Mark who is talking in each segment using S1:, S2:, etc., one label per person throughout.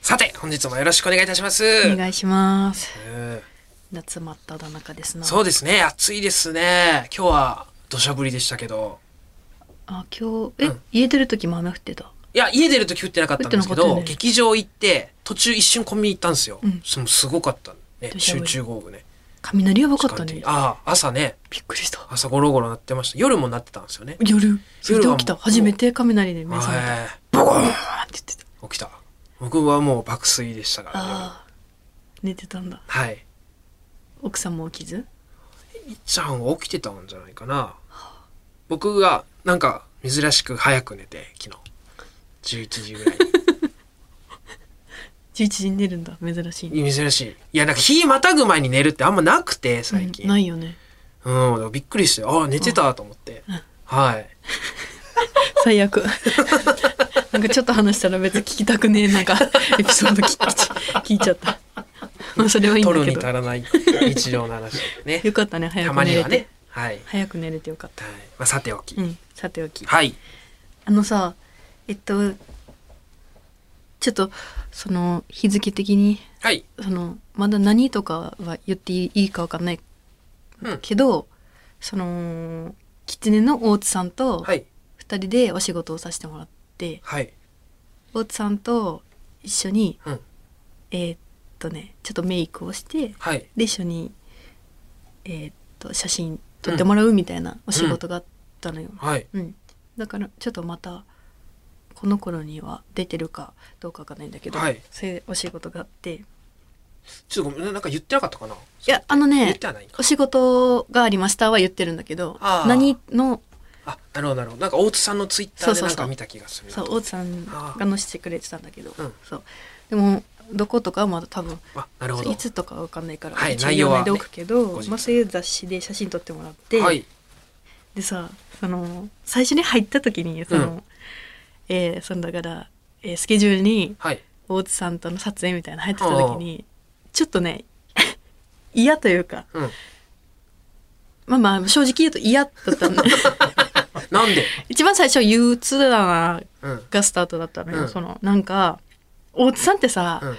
S1: さて本日もよろしくお願いいたします
S2: お願いします
S1: うん
S2: 夏真っ只中ですな
S1: そうですね暑いですね今日は土砂降りでしたけど
S2: あ今日え、
S1: うん
S2: 家出る時も雨降ってた
S1: いや家出る時降ってなかったんですけ
S2: 降ってな
S1: ど、
S2: かったね
S1: 劇場行って途中一瞬コンビニ行ったんですよ、
S2: うん
S1: そのすごかったね
S2: 土砂
S1: 集
S2: 降り
S1: 中豪雨ね
S2: 雷やばかった
S1: 時間
S2: ね
S1: 的にああ朝ね
S2: びっくりした
S1: 朝ゴロゴロ鳴ってました夜も鳴ってたんですよね
S2: 夜それで起き
S1: 夜は
S2: た
S1: もう
S2: 初めて雷で目覚めた
S1: は
S2: あーって言ってた
S1: い起きた僕はもう爆睡でしたから、ね、
S2: あー寝てたんだ
S1: はい
S2: 奥さんも起きず
S1: いっちゃんは起きてたんじゃないかな僕がなんか珍しく早く寝て昨日11時ぐらい
S2: 11時に寝るんだ珍しいね
S1: に珍しいいやなんか日またぐ前に寝るってあんまなくて最
S2: うん
S1: 近、
S2: ないよね
S1: うん、だからびっくりして、ああ、寝てたと思って。はい。
S2: 最悪 なんかちょっと話したら別に聞きたくねえなんかエピソード聞き聞いちゃったまあそれはいいん
S1: 取
S2: だ
S1: るに
S2: け
S1: 足
S2: ど
S1: らない日常の話。ね。
S2: よかったね早
S1: た
S2: く
S1: ま
S2: 寝
S1: に
S2: れ
S1: は
S2: て、
S1: ね。はい。
S2: 早く寝れてよかった
S1: はいまあ、さておき。
S2: うんさておき
S1: はい。
S2: あのさえっとちょっとその日付的に
S1: はい。
S2: そのまだ何とかは言っていいかわかんない
S1: うん。
S2: けど、その狐の大津さんと
S1: はい。
S2: 2人でお仕事をさせてもらって、
S1: はい。
S2: 大津さんと一緒に
S1: うん。
S2: えーっとねちょっとメイクをして
S1: はい。
S2: で一緒にえーっと写真撮ってもらうみたいなお仕事があったのよ。
S1: はい。
S2: うん、だからちょっとまたこの頃には出てるかどうかわかんないんだけど、
S1: はい
S2: そういうお仕事があってい
S1: ちょっとごめんな、なんか言ってなかったかな
S2: やあの
S1: 言っ
S2: ね
S1: てはないんか。
S2: お仕事がありましたは言ってるんだけど
S1: あー
S2: 何の
S1: あ、なるほど、なるほど。なんか大津さんのツイッタ
S2: そ
S1: ー
S2: う
S1: で
S2: そう
S1: なん
S2: そう
S1: か見た気がする。
S2: そう大津さんが載せてくれてたんだけど、
S1: うん
S2: そうでもどことかはまだ多分
S1: あ、なるほど。
S2: いつとかわかんないから、
S1: はい
S2: 一応
S1: 内容はね
S2: 言わないでおくけど、
S1: 後日
S2: まあ、そういう雑誌で写真撮ってもらって、
S1: はい。
S2: でさその最初に入った時にその、
S1: う
S2: えーそのだから、えースケジュールに
S1: はい。
S2: 大津さんとの撮影みたいなの入ってた時にちょっとね 嫌というか
S1: うん。
S2: まあまあ正直言うと嫌だっ たんで
S1: なんで
S2: 一番最初憂鬱だな
S1: うん。
S2: がスタートだったのよ、
S1: うん
S2: そのなんか大津さんってさ、
S1: うん。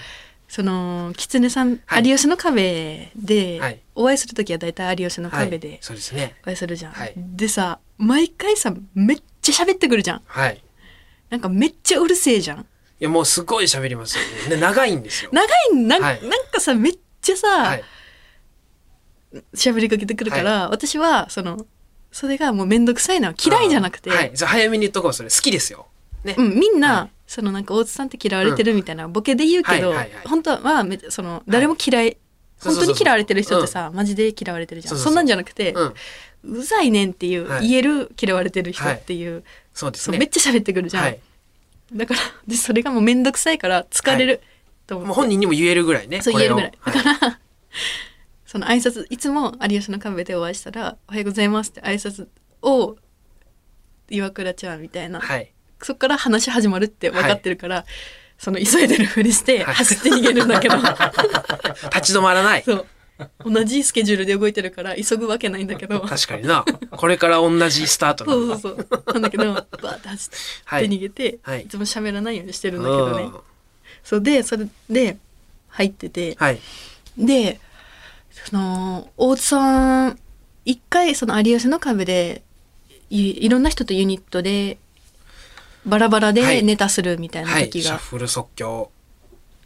S2: その狐さん、
S1: はい
S2: 有吉の壁で、
S1: はい
S2: お会いする時は大体有吉の
S1: は
S2: 壁
S1: い
S2: で。
S1: そうですね。
S2: お会いするじゃん、
S1: はい
S2: でさ毎回さめっちゃ喋ってくるじゃん
S1: はい。い
S2: なんかめっちゃうるせえじゃん
S1: や、もうすごい喋りますよね。で長いんですよ。
S2: 長いなん,、
S1: はい
S2: なんかさめっちゃさ、
S1: はい。
S2: 喋りかけてくるから、私はそのそれがもう面倒くさいのは嫌いじゃなくて、
S1: あーはい。じゃあ早めに言っとこう、それ。好きですよ。ね。
S2: うん、みんな、
S1: はい
S2: そのなんか大津さんって嫌われてるみたいなボケで言うけど、
S1: はいはいはい
S2: 本当はまあめその誰も嫌い、
S1: そうそ
S2: 本
S1: うそう
S2: 当に嫌われてる人ってさ、マジで嫌われてるじゃ
S1: そ
S2: ん
S1: うそうそう
S2: そんなんじゃなくて、
S1: うん。
S2: うざいねんっていう、
S1: はい
S2: 言える嫌われてる人っていう、
S1: そうです
S2: そう
S1: ね。
S2: めっちゃ喋ってくるじゃん、
S1: はい。
S2: だからでそれがもう面倒くさいから疲れる、と思って
S1: もう本人にも言えるぐらいね。
S2: そう
S1: これを
S2: 言えるぐ
S1: はい
S2: その挨拶いつも有吉の壁でお会いしたら「おはようございます」って挨拶を岩倉ちゃんみたいな、
S1: はい。
S2: そっから話始まるって分かってるから、その急いでるふりして
S1: はい
S2: 走って逃げるん だけど、
S1: 立ち止まらない。
S2: そう同じスケジュールで動いてるから急ぐわけないんだけど
S1: 確かにな。これから同じスタートな
S2: そ
S1: ん
S2: うそ
S1: だ
S2: うそうなんだけどバーって走
S1: は
S2: って
S1: い。
S2: 逃げて、
S1: はい
S2: い、つも喋らないようにしてるんだけどね、
S1: うん
S2: そうでそれで入ってて、
S1: はい。
S2: でその大津さん一回その有吉の壁でいいろんな人とユニットでバラバラ
S1: は
S2: で
S1: い
S2: ネタするみたいな
S1: はい。
S2: 時
S1: シャッ
S2: が
S1: フル即興。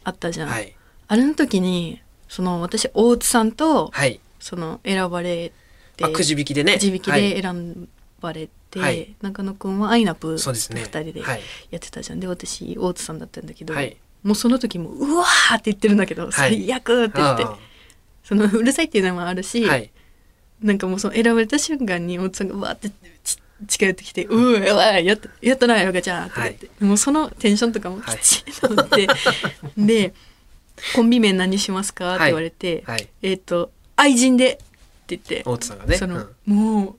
S2: あったじゃん、
S1: はい。
S2: あれの時にその私大津さんと
S1: はい。
S2: その選ばれて、
S1: まあ、くじ引きでね。
S2: くじ引き
S1: はい
S2: で選ばれて、
S1: はい
S2: 中野くんはアイナプ
S1: そうですね。
S2: 2人で
S1: はい。
S2: やってたじゃんで私大津さんだったんだけど、
S1: はい
S2: もうその時もう「うわ!」って言ってるんだけど「最悪!」って言って、
S1: あ
S2: そのうるさいっていうのもあるし、
S1: ーはい。
S2: なんかもうその選ばれた瞬間におっさんがわーってち近寄ってきて「うーわーやったやったなヨガちゃん」って言って、もうそのテンションとかも
S1: はい
S2: きちっと乗って、で「コンビ名何しますか?」って言われて「
S1: はい。
S2: えっ、と愛人で」って言って、
S1: 大津さんがね。
S2: その、
S1: うん
S2: もう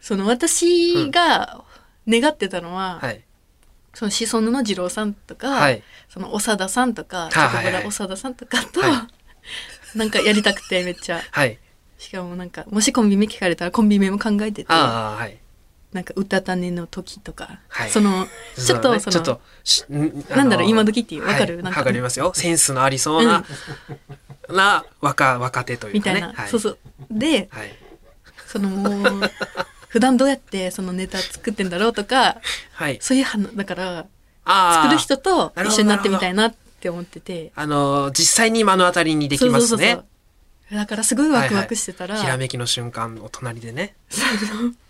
S2: その私が願ってたのは、
S1: はい。
S2: そのシソンヌの二郎さんとか、
S1: はい。
S2: その長田さんとか
S1: い
S2: チョコ
S1: はい
S2: ボ
S1: は
S2: ラ
S1: い
S2: 長田さんとかと、
S1: は
S2: なんかやりたくてめっちゃ。
S1: はい。
S2: しかもなんかもしコンビ名聞かれたらコンビ名も考えてて
S1: ああ、はい。
S2: なんか歌た寝の時とか、
S1: はい
S2: そのちょっと
S1: そ
S2: そ,、
S1: うだね
S2: の
S1: ちょっとしんあの
S2: なんだろう今時っていうわかる、
S1: はい
S2: なん
S1: わかりますよセンスのありそうな、な若若手という
S2: み
S1: か
S2: た
S1: ね
S2: いな、
S1: はい、
S2: そうそうで
S1: はい、
S2: そのもう普段どうやってそのネタ作ってんだろうとか
S1: はい、
S2: そういう話だから
S1: あー
S2: 作る人と
S1: なるほど
S2: 一緒になってみたいなって思ってて
S1: あの実際に目の当たりにできますね
S2: そうそうそうそうだからすごいワクワクしてたら、
S1: ひらめきの瞬間お隣でね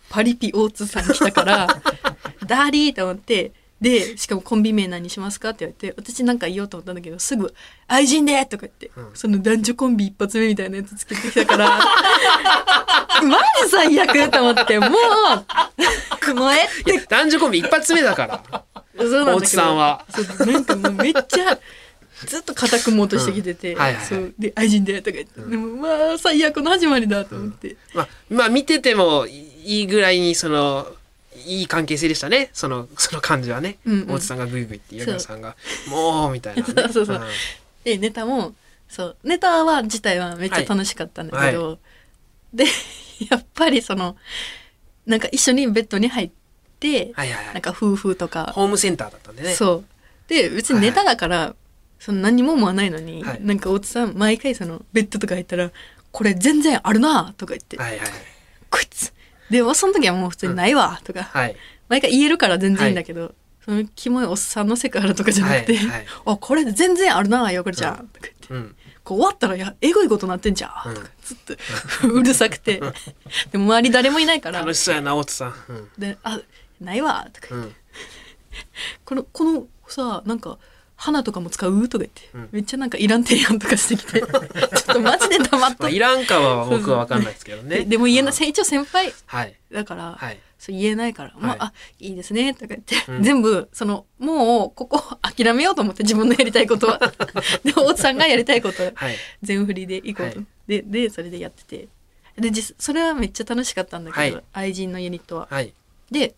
S2: パリピ大津さん来た から「ダーリー!」と思ってでしかも「コンビ名何しますか?」って言われて私なんか言おうと思ったんだけどすぐ「愛人で!」とか言って、
S1: うん
S2: その男女コンビ一発目みたいなやつつけてきたから マジ最悪と思ってもうもうえっ
S1: い
S2: て
S1: や男女コンビ一発目だ から
S2: そうなんだけど
S1: 大津さんは
S2: そうなんかもうめっちゃずっと固くもうとしてきてて、
S1: うんはいはいはい
S2: そうで愛人でとか言って、でもまあ最悪の始まりだと思って、
S1: まあ、まあ見ててもいいぐらいにそのいい関係性でしたねそのその感じはね、
S2: うんうん
S1: 大津さんがグイグイって岩倉さんが「もう」みたいな、ね、
S2: そうそうそう
S1: うん
S2: でネタもそうネタは自体はめっちゃ楽しかったんだけど、
S1: は
S2: で やっぱりそのなんか一緒にベッドに入って、
S1: はいはいは
S2: なん
S1: い
S2: か夫婦とか、
S1: ホームセンターだったんでね
S2: そうで別にネタだから、その何にも思わないのに、
S1: はい
S2: なんか大津さん毎回そのベッドとか入ったら「これ全然あるな」とか言って「
S1: はいはい
S2: こいつ」でもその時はもう普通に「ないわ」とか、
S1: はい
S2: 毎回言えるから全然いいんだけど、そのキモいおっさんのセクハラとかじゃなくて「
S1: はいはい
S2: あこれ全然あるなよこれちゃん」とか言って。
S1: うん
S2: こう終わったらやえぐいことなってんじゃん、
S1: うん
S2: とかずっと うるさく てでも周り誰もいないから
S1: 楽しそうやな大津さん、うん
S2: であないわと
S1: う
S2: か、
S1: ん、
S2: このこのさなんか花とかも使うとか言って、
S1: うん
S2: めっちゃなんかいらん提案とかして きてちょっとマジで黙っ と
S1: まあ、
S2: っ
S1: い
S2: て、
S1: らんかは僕は分かんないですけどね
S2: ででも言えない、
S1: うん
S2: 一応先輩
S1: はい
S2: だから、
S1: はい
S2: そう言えないから、ま
S1: はい
S2: ああいいですねとか言って、
S1: うん
S2: 全部そのもうここ諦めようと思って自分のやりたいこと はで大津さんがやりたいことは
S1: はい
S2: 全振りで行こうと、
S1: はい
S2: ででそれでやっててで実それはめっちゃ楽しかったんだけど、
S1: はい
S2: 愛人のユニットは。
S1: はい
S2: で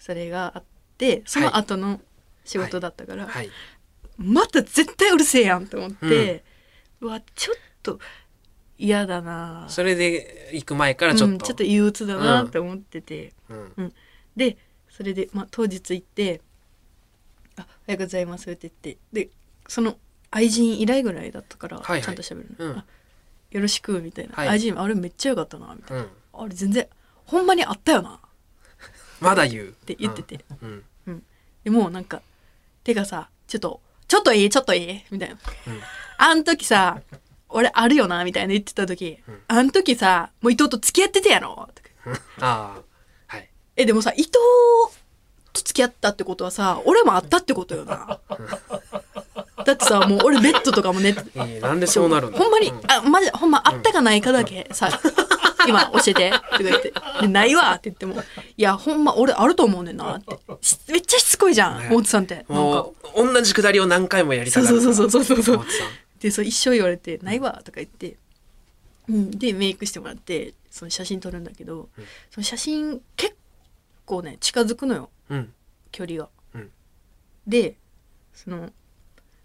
S2: それがあってその後の仕事だったから、
S1: はい
S2: また絶対うるせえやんと思って、うわちょっと嫌だな
S1: それで行く前からちょ
S2: う
S1: っ
S2: ん、
S1: と、
S2: ちょっと憂鬱だなと思ってて、
S1: うん
S2: でそれで、まあ、当日行って「あおはようございます」って言ってでその愛人以来ぐらいだったから、
S1: はいはい
S2: ちゃんと喋る
S1: う
S2: の、
S1: ん
S2: あよろしく」みたいな「
S1: はい
S2: 愛人あれめっちゃよかったな」みたいな。
S1: うん、
S2: あれ全然ほんまにあったよなっ
S1: まだ言うって
S2: 言って、て、
S1: うんうん
S2: でもうなんかてかさちょっと「ちょっといいちょっといい」みたいな
S1: うん
S2: 「あん時さ俺あるよな」みたいな言ってた時「
S1: うん
S2: あん時さもう伊藤と付き合ってたやろ」とか
S1: ああはい
S2: えでもさ伊藤と付き合ったってことはさ俺もあったってことよなだってさもう俺ベッドとかもね
S1: いいなんでそうなるんだ
S2: ほんまに、
S1: う
S2: あマジほんまあったかないかだけ、さ今教えて」って言ってで「ないわ」って言っても「いやほんま俺あると思うねんな」ってしめっちゃしつこいじゃん
S1: ね
S2: 大津さんってなんか
S1: もう同じくだりを何回もやりた
S2: そう
S1: が
S2: そう
S1: る
S2: そうそうそうそう
S1: 大津さん
S2: でそう一生言われて「ないわ」とか言って、うん、でメイクしてもらってその写真撮るんだけど、
S1: うん
S2: その写真結構ね近づくのよ
S1: うん
S2: 距離が。
S1: うん
S2: でその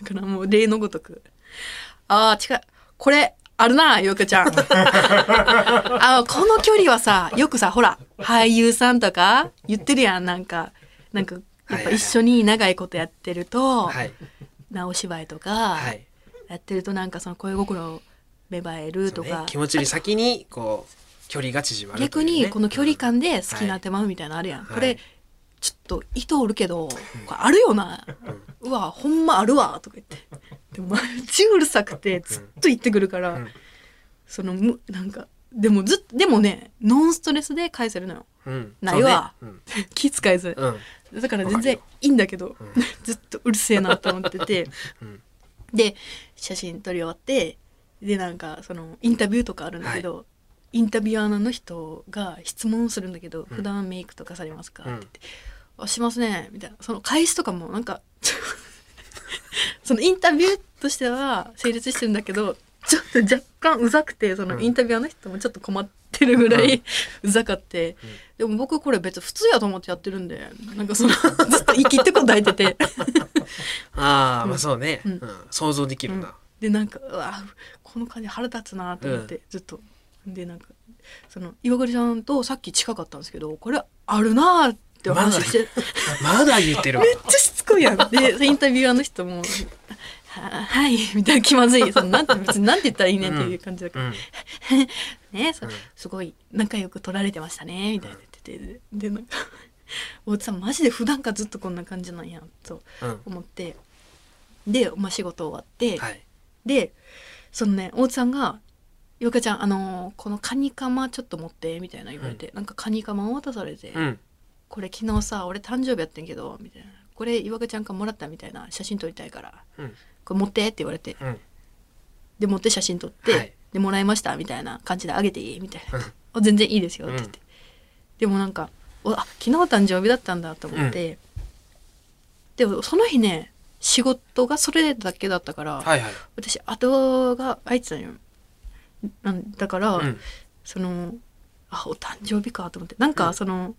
S2: だからもう例のごとく「ああ近いこれあるなよ くちゃん」あーこの距離はさよくさほら俳優さんとか言ってるやんなんかなんかやっぱ一緒に長いことやってると、
S1: はい
S2: なお芝居とか
S1: はい
S2: やってるとなんかその恋心芽生えると
S1: そう
S2: か、
S1: ね気持ちより先にこう距離が縮まると
S2: 逆
S1: いうね、
S2: にこの距離
S1: うん
S2: 感で好きになってまうみたいなのあるやん、
S1: はい
S2: これちょっと意図おるけど、これあるよな、うわほんまあるわとか言ってでもマジうるさくてずっと言ってくるから、
S1: うん
S2: そのむなんかでもずっでもねノンストレスで返せるのよ
S1: うん
S2: ないわ
S1: そうね
S2: 気遣いず
S1: うんうん
S2: だから全然いいんだけど、
S1: うん
S2: ずっとうるせえなと思ってて、
S1: うん
S2: で写真撮り終わってでなんかそのインタビューとかあるんだけど、インタビュアーの人が質問するんだけど「
S1: うん
S2: 普段メイクとかされますか?」って
S1: うん
S2: 言って「あしますね」みたいなその返しとかもなんか そのインタビューとしては成立してるんだけどちょっと若干うざくてその
S1: うん
S2: インタビュアーの人もちょっと困ってるぐら
S1: う
S2: いうざかって、
S1: うん
S2: でも僕これ別に普通やと思ってやってるんでな んかそのずっと生きってこと抱いてて。
S1: ああまあそうね、う
S2: うん
S1: ん想像できるな、
S2: でなんかうわこの感じ腹立つなと思って、ずっとでなんかその岩倉さんとさっき近かったんですけどこれあるなーってお話しして、
S1: まだ言ってるわ
S2: めっちゃしつこいやん。で、インタビュアーの人も、ははい、みたいな気まずい。そのなんて別になんて言ったらいいねんっていう感じだけ
S1: う
S2: ど、
S1: ん
S2: ねそすごい仲良く撮られてましたね、みたいな言ってて、で、なんか、 大津さんマジで普段からずっとこんな感じなんや、と
S1: うん
S2: 思って、で、まあ、仕事終わって、
S1: はい
S2: で、そのね、大津さんが、よかちゃん、あのーこのカニカマちょっと持って、みたいな言われて、なんかカニカマを渡されて、
S1: うん
S2: これ昨日さ俺誕生日やってんけどみたいなこれ岩倉ちゃんからもらったみたいな写真撮りたいから
S1: うん
S2: これ持ってって言われて
S1: うん
S2: で持って写真撮って、
S1: はい
S2: でもらいましたみたいな感じであげていいみたいな、
S1: うん
S2: あ全然いいですよって言って、でもなんかおあ昨日誕生日だったんだと思って、でもその日ね仕事がそれだけだったから、
S1: はいはい
S2: 私後が空いてたのよなんだから、
S1: うん
S2: そのあお誕生日かと思ってなんかその、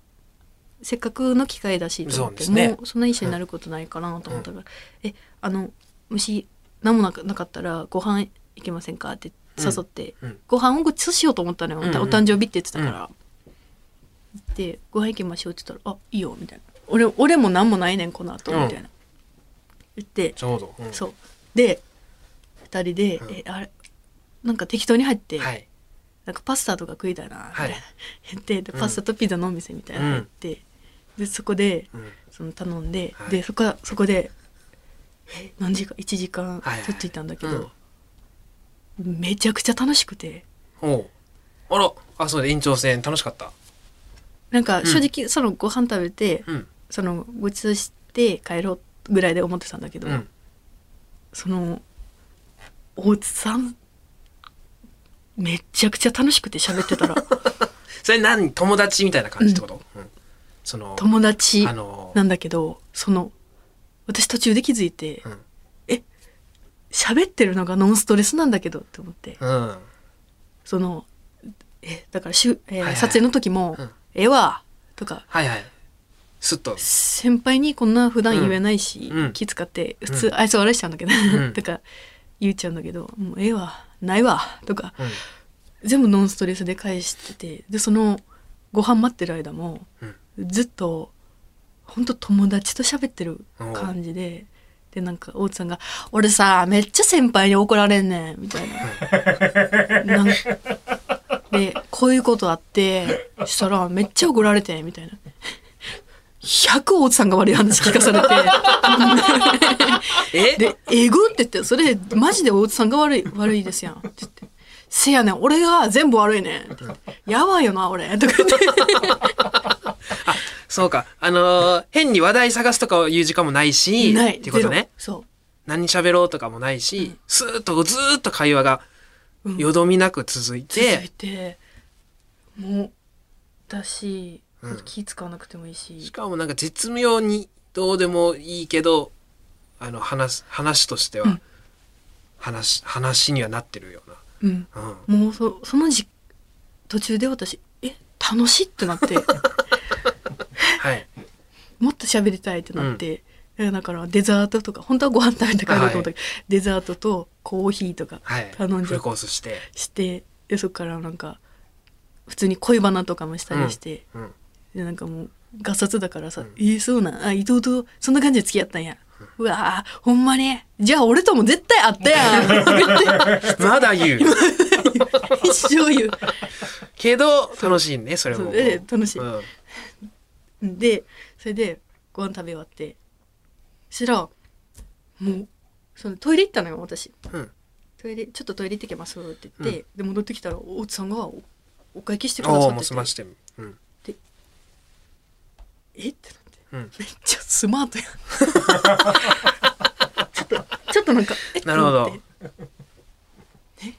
S2: せっかくの機会だしと思っ
S1: そう
S2: て
S1: ですね
S2: もうそんな一緒になることないかなと思ったから「えあの虫何もなかなかったらご飯行けませんか?」って誘って、
S1: うんうん
S2: ご飯をごちそうしようと思ったのよ、
S1: うんうん
S2: お誕生日って言ってたから。で「ご飯行きましょう」って言ったら「あいいよ」みたいな「俺俺も何もないねんこの後みたいな、言って
S1: ちょうどうん
S2: そうで2人で、
S1: うん
S2: えあれなんか適当に入って、
S1: はい
S2: なんかパスタとか食いたいなみたいな
S1: はい
S2: 言ってで
S1: うん
S2: パスタとピザのお店みたいなの行って、でそこで
S1: うん
S2: その頼んで、
S1: はい
S2: でそこはそこでえ何時間1時間
S1: はいはい
S2: ちょっといたんだけど、めちゃくちゃ楽しくて
S1: おうあらあそうで延長戦楽しかった
S2: なんか正直そのご飯食べて、
S1: うん
S2: そのごちそうして帰ろうぐらいで思ってたんだけど、
S1: うん
S2: その大津さんめちゃくちゃ楽しくて喋ってた ら
S1: それ何友達みたいな感じってことうんその
S2: 友達
S1: あの
S2: なんだけどその私途中で気づいて
S1: うん
S2: 喋ってるのがノンストレスなんだけどって思って
S1: うん
S2: そのえだからしゅ、えー
S1: はいはい
S2: 撮影の時も
S1: うん
S2: 「ええわ」とか
S1: はいはいすっと
S2: 先輩にこんな普段言えないし、
S1: うん
S2: 気使って普通愛想笑いしちゃうんだけど、
S1: ん
S2: とか言っちゃうんだけど「もうええわないわ」とか
S1: うん
S2: 全部ノンストレスで返しててでそのご飯待ってる間も
S1: うん
S2: ずっと本当友達と喋ってる感じででなんか大津さんが「俺さめっちゃ先輩に怒られんねん」みたいな。なんでこういうことあってしたらめっちゃ怒られてみたいな。100大津さんが悪い話聞かされて
S1: え
S2: で「 えぐ」って言って「それマジで大津さんが悪い悪いですやん」って言って「せやねん俺が全部悪いねん」って言って「やばいよな俺」とか言って
S1: そうかあのー変に話題探すとかいう時間もないし
S2: ない
S1: っていうこと
S2: ゼ
S1: ね
S2: ロそう
S1: 何喋ろうとかもないし、スーッとずーっと会話がよどみなく続い
S2: 続
S1: て、
S2: いてもうだし、
S1: うん
S2: 気使わなくてもいいし
S1: しかもなんか絶妙にどうでもいいけどあの話す話としては、
S2: うん
S1: 話話にはなってるよう
S2: うん
S1: な、うん、
S2: もうそそのじ途中で私え楽しいってなって
S1: はい
S2: もっと喋りたいってなって、えだからデザートとか本当はご飯食べて帰ろうと思ったけど、デザートとコーヒーとか
S1: はい
S2: 頼ん
S1: フ
S2: で
S1: ルコースして、
S2: してでそこからなんか普通に恋バナとかもしたりして、
S1: うん、
S2: でなんかもうガサツだからさ「
S1: うん
S2: えーそうなんあ伊藤とそんな感じで付き合ったんや」うわーほんまにじゃあ俺とも絶対あったやん
S1: まだ言う
S2: 一生言う
S1: けど楽しいねそれも
S2: そうええ楽しい
S1: うん
S2: でそれでご飯食べ終わってそしたらもうそのトイレ行ったのよ私
S1: うん
S2: トイレちょっとトイレ行ってきますって言って、
S1: う
S2: で戻ってきたら大津さんがおお会計してくだ
S1: お
S2: さ
S1: お
S2: っ
S1: もう
S2: て
S1: 済
S2: て
S1: ましてるうん
S2: えってなって
S1: うん
S2: めっちゃスマートやん ちょっとちょっとなんかえ
S1: なるほど
S2: って思ってえ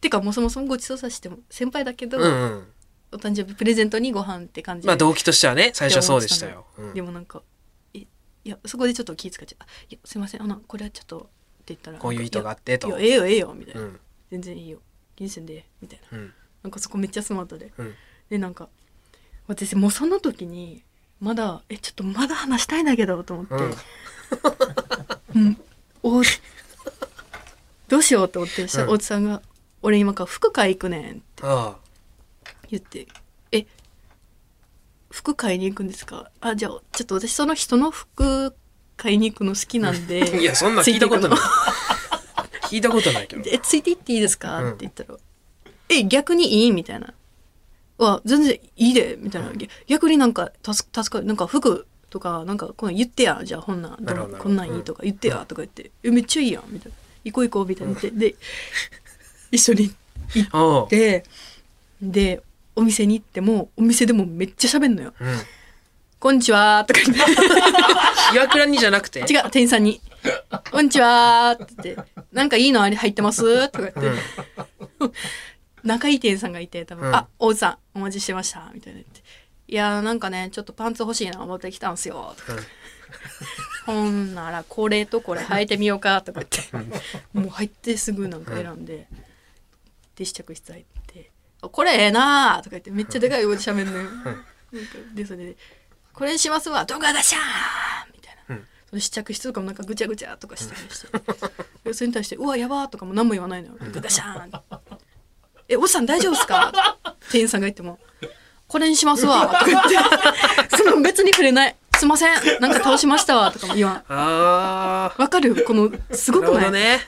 S2: てかもうそもそもごちそうさせても先輩だけど、
S1: うんうん
S2: お誕生日プレゼントにご飯って感じで
S1: まあ動機としてはね最初はそうでしたよ、うん
S2: でもなんかえいやそこでちょっと気使っちゃうあいやすいませんあのこれはちょっとって言ったら
S1: こういう意図があってと
S2: いやいやええよええよみたいうな、
S1: ん
S2: 全然いいよ気にせんでみたいな
S1: うん
S2: なんかそこめっちゃスマートで
S1: うん
S2: でなんか私もうその時にまだえちょっとまだ話したいんだけどと思って、
S1: うん
S2: おどうしようと思って、そした
S1: う
S2: ら
S1: ん
S2: 大津さんが「俺今から服買い行くねん」って
S1: ああ
S2: 言って「え服買いに行くんですかあじゃあちょっと私その人の服買いに行くの好きなん で
S1: いやそんなん聞いたことない
S2: つて
S1: 聞いたことないけど
S2: くのえついていっていいですか、
S1: うん
S2: って言ったら「え逆にいい?」みたいな「わ全然いいで」みたいな、ぎ逆になんか助助かるなんか服とかなんかこの言ってやじゃあほんなん
S1: なるほど
S2: どうこんなんいいとか言ってやとか言って「えめっちゃいいやん」みたいな「行こう行こう」みたいな言って、で一緒に
S1: おう
S2: ででお店に行ってもお店でもめっちゃ喋んのよ
S1: うん
S2: 「こんにちは」とか言って
S1: 岩倉にじゃなくて
S2: 違う店員さんに「こんにちは」って言って「なんかいいのあれ入ってます?」とか言って、
S1: うん
S2: 仲いい店員さんがいて多分「
S1: うん
S2: あ大津さんお待ちしてました」みたいな言って「いやーなんかねちょっとパンツ欲しいな思ってきたんすよ」とか、 ほんならこれとこれ履いてみようか」とか言ってもう入ってすぐなんか選んで、で試着室入って「あこれええなー」とか言ってめっちゃでかい声で喋んのよ。なんかでそれで「これにしますわどこがしゃーん!」みたいな、
S1: うん
S2: その試着室とかもなんかぐちゃぐちゃとかしたりして、でそれに対して「うわやば!」とかも何も言わないのよ「どこがしゃーん!」え、おっさん大丈夫で すか店員さんが言っても、これにしますわ、とか 言って、その別に触れない。すいません、なんか倒しましたわ、とかも言わん。
S1: あ
S2: わかるこの、す
S1: あ
S2: ご
S1: なるほ
S2: くない、
S1: どね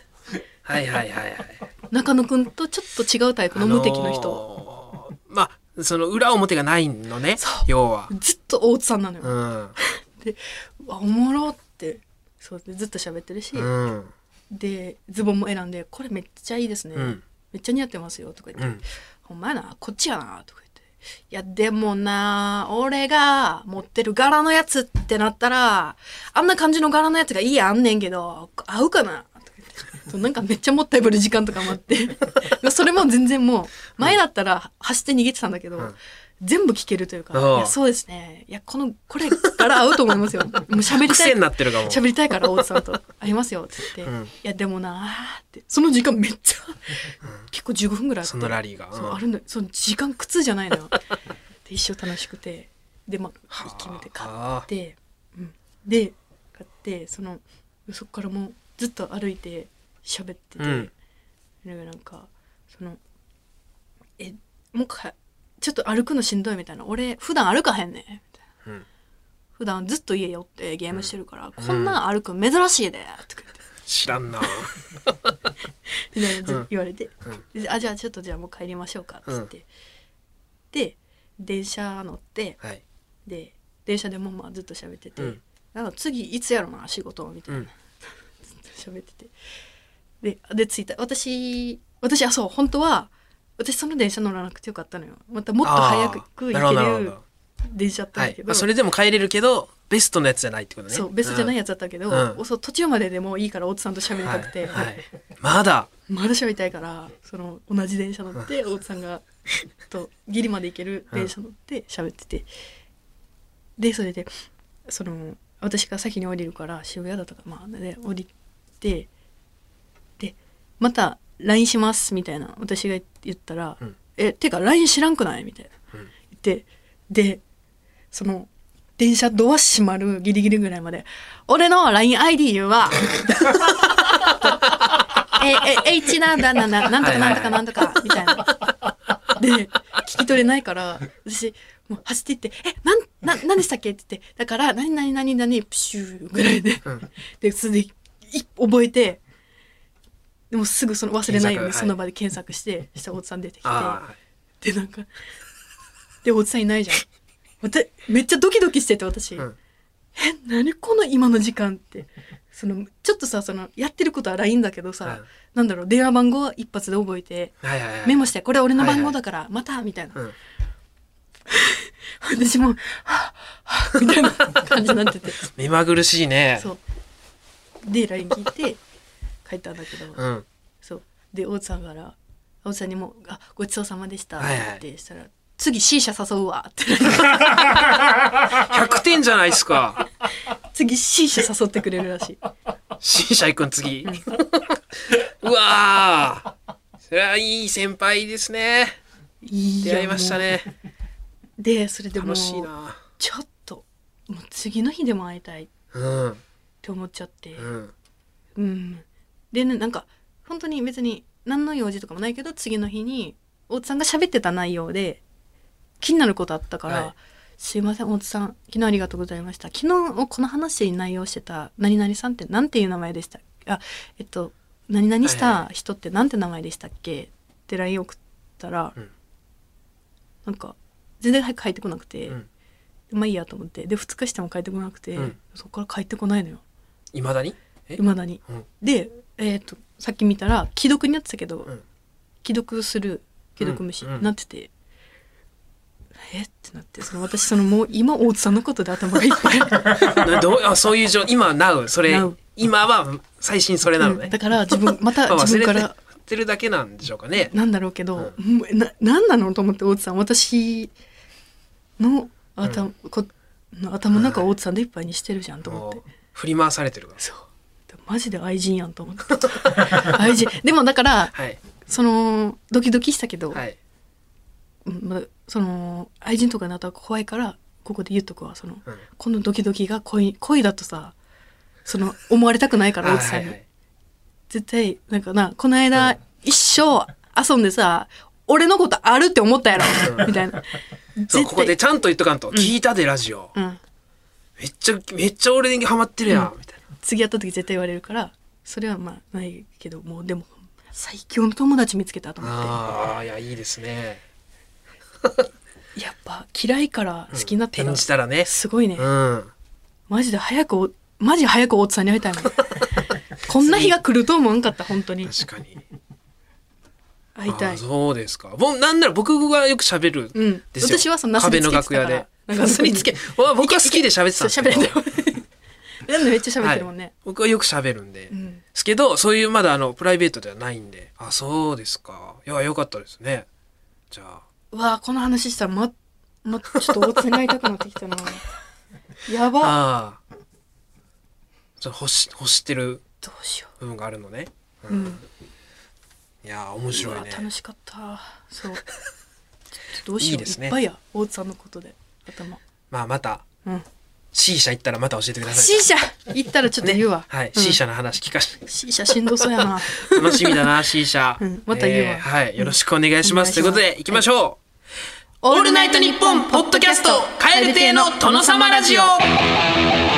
S1: はいはいはいはい
S2: 中野くんとちょっと違うタイプの 無敵の人。
S1: 人まあその裏表がないのね
S2: そう
S1: 要は
S2: ずっと大津さんなのよ。
S1: うん
S2: うわ、おもろって。そうでずっと喋ってるし、
S1: うん
S2: でズボンも選んで「これめっちゃいいですね、
S1: うん
S2: めっちゃ似合ってますよ」とか言
S1: う
S2: って
S1: ん
S2: 「ほんまやなこっちやな」とか言って「いやでもな俺が持ってる柄のやつってなったらあんな感じの柄のやつがいいやあんねんけど合うかな」とか言ってそうなんかめっちゃもったいぶる時間とかもあって まあそれも全然もう前だったら走って逃げてたんだけど、
S1: うん
S2: 全部聞けるというか「
S1: ああ
S2: いやそうですねいやこのこれ柄合うと思い ますよ」もう喋りたい
S1: 癖になってるかも
S2: 喋りたいから大津さんと「ありますよ」って言って「
S1: うん
S2: いやでもな」ってその時間めっちゃ結構15分ぐらいあって
S1: そのラリーが
S2: そう
S1: うん
S2: あるのよその時間苦痛じゃないのよで一生楽しくてでまあ
S1: はあ
S2: 決めて買って、うん、で買ってそのそこからもうずっと歩いて喋ってて、
S1: うん
S2: なんかなんかその「えもうかちょっと歩くのしんどい」みたいな「俺普段歩かへんねん」みたいな、
S1: うん
S2: 普段ずっと家寄ってゲームしてるから、こんなん歩くん珍しいで」とか
S1: 知らんな
S2: 言ってみたいなずっ
S1: うん
S2: 言われて
S1: うん
S2: 「であじゃあちょっとじゃあもう帰りましょうか」って言って、で電車乗って
S1: はい
S2: で電車でもまあずっと喋ってて、
S1: うん
S2: なんか次いつやろな仕事みたいな。
S1: うん
S2: 喋っててでで着いた私私あそう本当は私その電車乗らなくてよかったのよまたもっと早く
S1: あー
S2: 行
S1: なるほど
S2: け
S1: なる
S2: る
S1: ほ
S2: 電車だっ
S1: ど
S2: たん
S1: は
S2: だ
S1: い
S2: けど、
S1: まあそれでも帰れるけどベストのやつじゃないってことね
S2: そうベストじゃない
S1: や
S2: やつだったけど、
S1: うん
S2: そう途中まででもいいから大津さんと喋りたくて、
S1: まだ
S2: まだ喋りたいからその同じ電車乗って大津さんがとギリまで行ける電車乗って喋っててでそれでその私が先に降りるから渋谷だったからまあで降りてでまた LINE しますみたいな私が言ったら「
S1: うん
S2: えてか LINE 知らんくない?」みたいな
S1: うん
S2: 言ってでその電車ドア閉まるギリギリぐらいまで「俺の LINEID はええ H なんだなんだなんとかなんとかなんとか」みたいな。 で聞き取れないから私もう走っていって「えなんな何でしたっけ?」って言って「だから何何何何プシュー」ぐら いで
S1: うん
S2: でそれでい覚えてでもすぐその忘れないように
S1: 検索はい
S2: その場で検索してしたらおっさん出てきて
S1: あ
S2: でなんかでおっさんいないじゃんわためっちゃドキドキしてて私、
S1: あうん
S2: え何この今の時間ってそのちょっとさそのやってることは LINE だけどさ、
S1: うん
S2: なんだろう電話番号は一発で覚えて
S1: はいはいはい
S2: メモしてこれ俺の番号だからまたみたいな
S1: うん
S2: 私も、はぁ、はぁみたいな感じになってて。
S1: 目まぐるしいね
S2: そう。で、LINE 聞いて、帰ったんだけど、
S1: うん
S2: そう。で、大津さんから、大津さんにも、あ、ごちそうさまでした、
S1: はいはい
S2: ってしたら、次 C 社誘うわって。
S1: 100点じゃないです か
S2: 次 C 社誘ってくれるらしい。
S1: 新社行くん次うわーそれはいい先輩ですね
S2: い
S1: 出
S2: や
S1: 会いました。ね
S2: もうで、それでもう、
S1: 楽しい
S2: ちょ
S1: な
S2: っと、もう次の日でも会いたいっ
S1: うん
S2: て思っちゃって。
S1: うん
S2: うん、でねなんか本当に別に何の用事とかもないけど次の日に大津さんが喋ってた内容で気になることあったから、
S1: はい
S2: すいません、大津さん。昨日ありがとうございました。昨日、この話に内容してた、何々さんって何ていう名前でしたあ、えっと、何々し
S1: はい
S2: た人って何て名前でしたっけって LINE 送ったら、
S1: うん
S2: なんか、全然早く帰ってこなくて、
S1: うん
S2: まあいいやと思って。で、2日しても帰ってこなくて、
S1: うん
S2: そこから帰ってこないのよ。
S1: いまだにえ
S2: いまだに。
S1: うん
S2: で、えっと、さっき見たら、既読になってたけど、
S1: うん
S2: 既読する既読無視、
S1: うんうん
S2: なってて、えってなってその私そのもう今大津さんのことで頭がいっぱい
S1: などうあそういう状今 Now それ
S2: Now
S1: 今は最新それなの
S2: うん
S1: ね
S2: だ、から 自分また
S1: まあ
S2: 自
S1: 忘
S2: 分
S1: れ
S2: から
S1: てるだけなんでしょうかね
S2: なんだろうけど、もうな何なのと思って大津さん私の頭,、この頭の中を大津さんでいっぱいにしてるじゃんと思って
S1: も。う振り回されてるから
S2: そうでもマジで愛人やんと思って 愛人でもだから
S1: はい
S2: そのドキドキしたけど、
S1: はい
S2: うんまだその愛人とかになったら怖いからここで言っとくわその、
S1: うん
S2: このドキドキが恋恋だとさその思われたくないから
S1: あ
S2: 大津さんに、
S1: はい
S2: 絶対なんかなこの
S1: う
S2: 間、
S1: ん
S2: 一生遊んでさ俺のことあるって思ったやろ、みたいな
S1: そうここでちゃんと言っとかんと「聞いたでラジオ、
S2: うん、
S1: めっちゃめっちゃ俺にハマってるやん」みたい
S2: 次会った時絶対言われるからそれはまあないけどもうでも最強の友達見つけたと
S1: な
S2: 思って
S1: ああいやいいですね
S2: やっぱ嫌いから好きになったら、
S1: 転じたらね
S2: すごいね、
S1: うん
S2: マジで早くお、マジ早く大津さんに会いた いもん。こんな日が来ると思わんかった、本当に。
S1: 確かに
S2: 会いた
S1: あー
S2: い。
S1: そうですかぼなんなら僕がよく喋る
S2: うん。
S1: ですよ
S2: 私はそのなすりつけてたから
S1: 壁の楽屋で
S2: なん
S1: な
S2: か
S1: すりつけわ僕は好きで喋ってたん
S2: そう
S1: です
S2: 喋
S1: け
S2: れ
S1: ど
S2: んだよ。なんでめっちゃ喋ってるもんね。
S1: 僕はよく喋るんで、
S2: う
S1: で
S2: ん。
S1: すけどそういうまだあのプライベートではないんであそうですかいやよかったですねじゃあ
S2: うわあこの話したら、ま、ま、ちょっと大津さんに会いたくなってきたな。やば。
S1: ああそれ欲し欲してる
S2: どうしよ
S1: 部分があるのね
S2: う。うん。
S1: いやー面
S2: う
S1: 白い
S2: わ
S1: ね
S2: 楽しかった。そう。ちょっとどうしよう。
S1: いいですね
S2: っぱいや、大津さんのことで。頭。
S1: まあまた
S2: うん。
S1: C 社行ったらまた教えてください
S2: C 社行ったらちょっと言うわ。
S1: はい、
S2: うん
S1: C 社の話聞かせて
S2: C 社しんどそうやな。
S1: 楽しみだな C 社、
S2: うんまた言うわ
S1: えーはいよろしくお願いします、
S2: うん
S1: ということで行きましょう、
S2: オ
S1: オールナイトニッポンポッドキャスト蛙亭の殿様ラジオ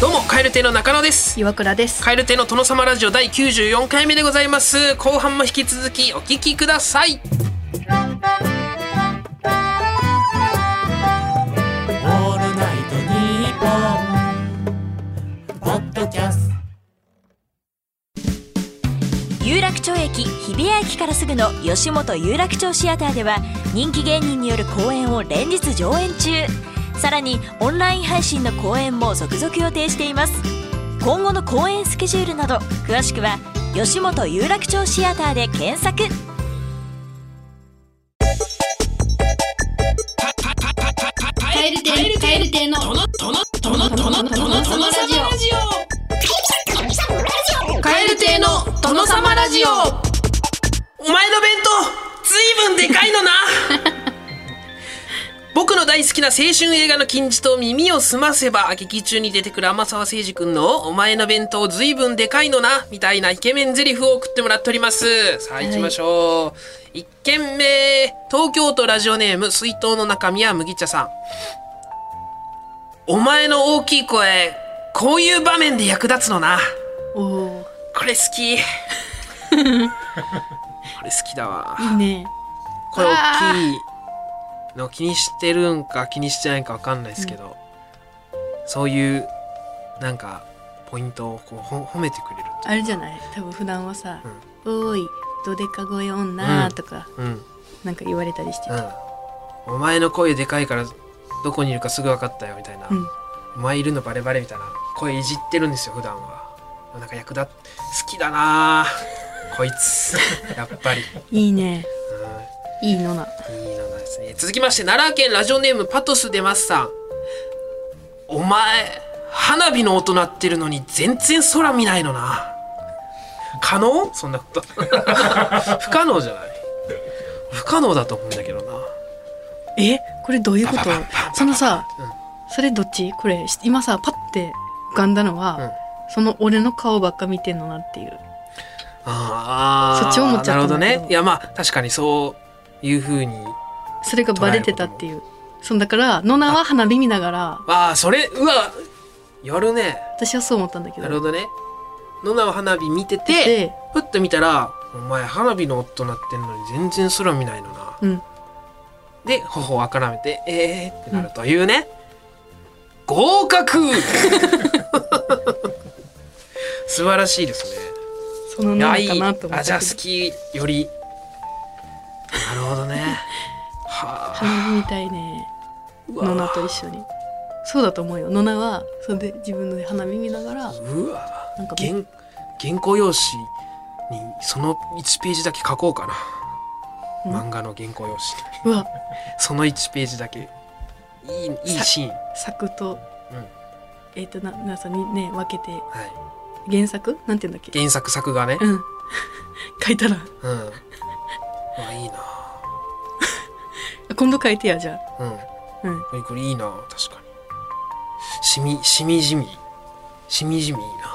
S1: どうも蛙亭の中野です
S2: 岩倉です
S1: 蛙亭の殿様ラジオ第94回目でございます後半も引き続きお聞きください
S3: オールナイトニッポン」ポッドキャスト
S4: 有楽町駅日比谷駅からすぐの吉本有楽町シアターでは人気芸人による公演を連日上演中さらにオンライン配信の公演も続々予定しています今後の公演スケジュールなど詳しくは吉本有楽町シアターで検索
S5: カエル亭カエル亭の殿殿殿殿殿様ラジオカエル亭の殿様ラジオ
S1: お前の弁当ずいぶんでかいのな僕の大好きな青春映画の金字と耳を澄ませば劇中に出てくる天沢誠二君の「お前の弁当ずいぶんでかいのな」みたいなイケメンゼリフを送ってもらっておりますさあ行きましょう、一1軒目東京都ラジオネーム水筒の中身は麦茶さんお前の大きい声こういう場面で役立つのな
S2: おお
S1: これ好 きこれ好きだわ
S2: いいね
S1: これ大きいの気にしてるんか気にしてないんかわかんないですけど、そういうなんかポイントをこうほ褒めてくれる
S2: あれじゃない多分普段はさ「おーいどでか声
S1: う
S2: 女
S1: ん」
S2: とか
S1: うんうん
S2: なんか言われたりして
S1: お前の声でかいからどこにいるかすぐ分かったよみたいな、
S2: うん
S1: お前いるのバレバレみたいな声いじってるんですよ普段はなんか役立っ好きだなあこい つやっぱり、
S2: いいね
S1: うん
S2: いいのない
S1: いのですね。続きまして、奈良県ラジオネームパトス出ますさん。お前、花火の音鳴ってるのに全然空見ないのな。可能そんなこと。 不可能じゃない。不可能だと思うんだけどな。
S2: えこれどういうこと
S1: パパパパパ
S2: そのさ
S1: うん
S2: それどっちこれし今さパッて浮かんだのはその俺の顔ばっか見てんのなっていう
S1: あー
S2: そっち思っちゃったんだけど
S1: なるほどねいやまあ確かにそういうふうに
S2: それがバレてたっていうそうだから野菜は花火見ながら
S1: ああそれうわやるね
S2: 私はそう思ったんだけど
S1: なるほどね野菜は花火見てて
S2: で
S1: ふっと見たら「お前花火の夫なってんのに全然空見ないのな」
S2: うん
S1: で頬をあからめて「えー」ってなるというね、合格 素晴らしいですね
S2: その
S1: いや
S2: ないん
S1: い
S2: かなと思
S1: あ
S2: っ
S1: じゃあ
S2: て
S1: 好きよりなるほどねはあ
S2: 花火みたいね
S1: う
S2: 野
S1: わ
S2: 菜と一緒にそうだと思うよ野菜はそれで自分の花火見ながら
S1: うわ
S2: なんか
S1: 原原稿用紙にその1ページだけ書こうかな、
S2: うん
S1: 漫画の原稿用紙に
S2: うわ
S1: その1ページだけいいいい
S2: さ
S1: シーン、
S2: 作と
S1: うん
S2: えっ、とな皆さんにね分けて
S1: はい、
S2: 原作なんて言うんだっけ
S1: 原作作画ね
S2: うん 書いたら
S1: うんうわいいな
S2: 今度書いてやじゃ
S1: うん
S2: あうん
S1: えこれいいな確かにしみしみじみしみじみいいな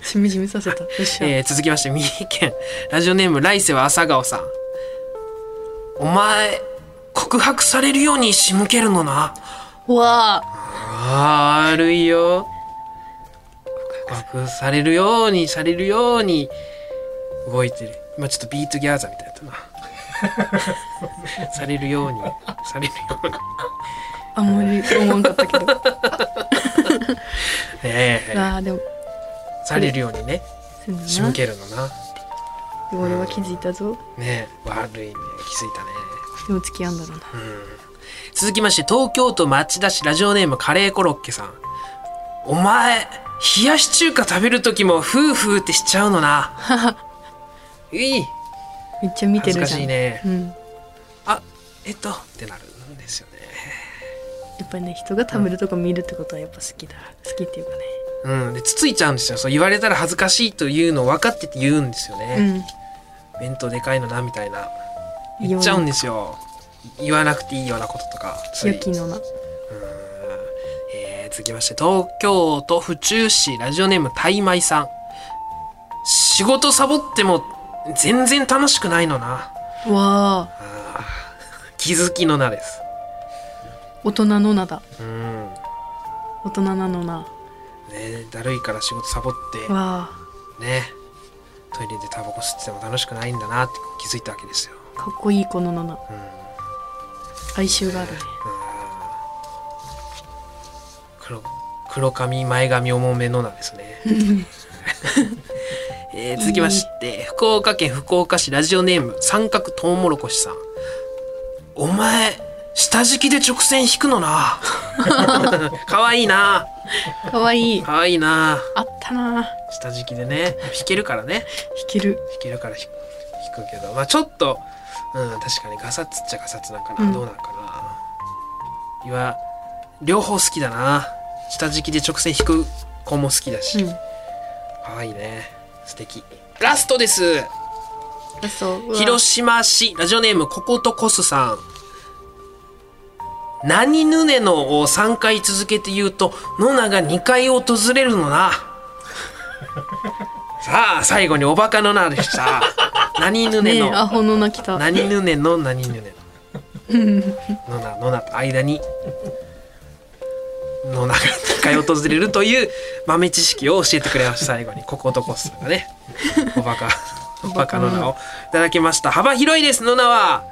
S2: しみじみさせたよっ しゃ、
S1: えー続きまして三重県ラジオネーム来世は朝顔さんお前告白されるように仕向けるのな
S2: うわあ
S1: あー悪いよ告白されるようにされるように動いてる今ちょっとビートギャーザーみたいだった なされるようにされるように
S2: あんまり思わんかった けど
S1: ええ
S2: ああでも
S1: されるようにね
S2: そうだな
S1: 仕向けるのな
S2: 俺は気づいたぞ
S1: ねえ悪いね気づいたね
S2: でも付き合うんだろうな
S1: 続きまして東京都町田市ラジオネームカレーコロッケさんお前冷やし中華食べる時もフーフーってしちゃうのな うい
S2: めっちゃ見
S1: 恥
S2: て
S1: ずか
S2: るじゃん
S1: しいね
S2: うんや
S1: あえっとってなるんですよね
S2: っぱりね人が食べるとこ見るってことはやっぱ好きだ好きっていうかね
S1: うんでつついちゃうんですよそう言われたら恥ずかしいというのを分かってて言うんですよね、弁当でかいのなみたいな
S2: うん
S1: 言っちゃうん
S2: で
S1: ですよ言わなくていいようなこととかつ
S2: 良
S1: い
S2: きのな
S1: えー続きまして東京都府中市ラジオネームたいまいさん仕事サボっても全然楽しくないのな
S2: うわあ
S1: 気づきの名です
S2: 大人のなだ
S1: うんね
S2: 大人なのな
S1: だるいから仕事サボって
S2: わあ
S1: ねトイレでタバコ吸ってても楽しくないんだなって気づいたわけですよ
S2: かっこいい子のなな哀愁があるね
S1: 黒黒髪前髪重めのなんですね、えー続きまして福岡県福岡市ラジオネーム三角とうもろこしさんお前下敷きで直線引くの なかわいいな
S2: かわいい
S1: かわいいな
S2: あったなあ
S1: 下敷きでね引けるからね
S2: 弾ける
S1: 引けるから引引くけどまあちょっと、うん、確かにガサツっちゃガサツなんかな、
S2: うん
S1: どうなんかないや両方好きだな下敷きで直線引く子も好きだし、
S2: うん
S1: 可愛いね素敵ラストです
S2: ラストうわ
S1: 広島市ラジオネームココトコスさん何ぬねのを3回続けて言うとノナが2回訪れるのな さあ最後におバカのなでした何ぬね
S2: ねえ
S1: の
S2: アホのなきた
S1: 何ぬねの何ぬね ののなのなと間にのなが2回訪れるという豆知識を教えてくれました最後にココトコスさんがねおバカおバカの名をいただきました幅広いですのなは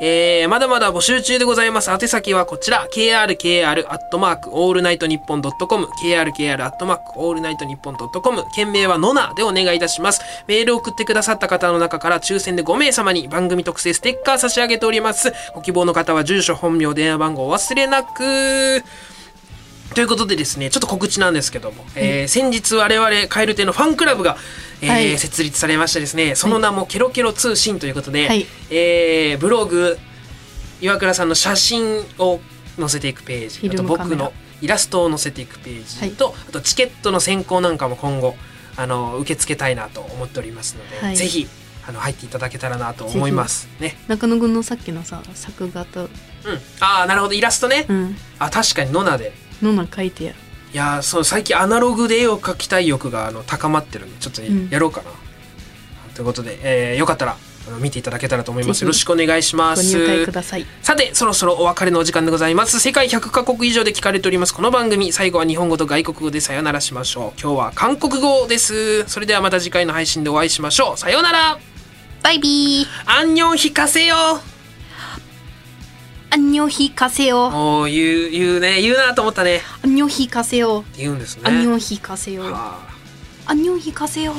S1: えー、まだまだ募集中でございます。宛先はこちら、krkr アットマークオールナイトニッポンドットコム、krkr アットマークオールナイトニッポンドットコム、件名はノナでお願いいたします。メールを送ってくださった方の中から抽選で5名様に番組特製ステッカー差し上げております。ご希望の方は住所、本名、電話番号をお忘れなく。ということでですね、ちょっと告知なんですけども、えー先日我々、カエル亭のファンクラブが、えー
S2: はい
S1: 設立されましてですね、その名もケロケロ通信ということで、
S2: はい
S1: えーブログ、岩倉さんの写真を載せていくペー
S2: フ
S1: ジ
S2: ィ
S1: あと
S2: ルムカメ
S1: 僕
S2: ラ
S1: のイラストを載せていくページと、あとチケットの選考なんかも今後あの受け付けたいなと思っておりますので、
S2: はい
S1: ぜひあの入っていただけたらなと思いますね。
S2: 中野くんのさっきのさ作画と
S1: うん、ああなるほどイラストね、
S2: うん
S1: あ確かにノナで
S2: のな書いてや
S1: いやーそう最近アナログで絵を描きたい欲があの高まってるんでちょっと
S2: ん
S1: やろうかな、ということで、えーよかったらあの見ていただけたらと思いま
S2: ぜ
S1: す
S2: ひ
S1: よろしくお願いしま
S2: ご
S1: す
S2: 入会ください
S1: さてそろそろお別れのお時間でございます世界100カ国以上で聞かれておりますこの番組最後は日本語と外国語でさよならしましょう今日は韓国語ですそれではまた次回の配信でお会いしましょうさよなら
S2: バイビー
S1: アンニョン引かせよ
S2: アンニョヒカセヨ
S1: おー言う言うね言うなと思ったね
S2: アンニョヒカセヨ
S1: 言うんですね
S2: アンニョヒカセヨ
S1: はあ
S2: アンニョヒカセヨ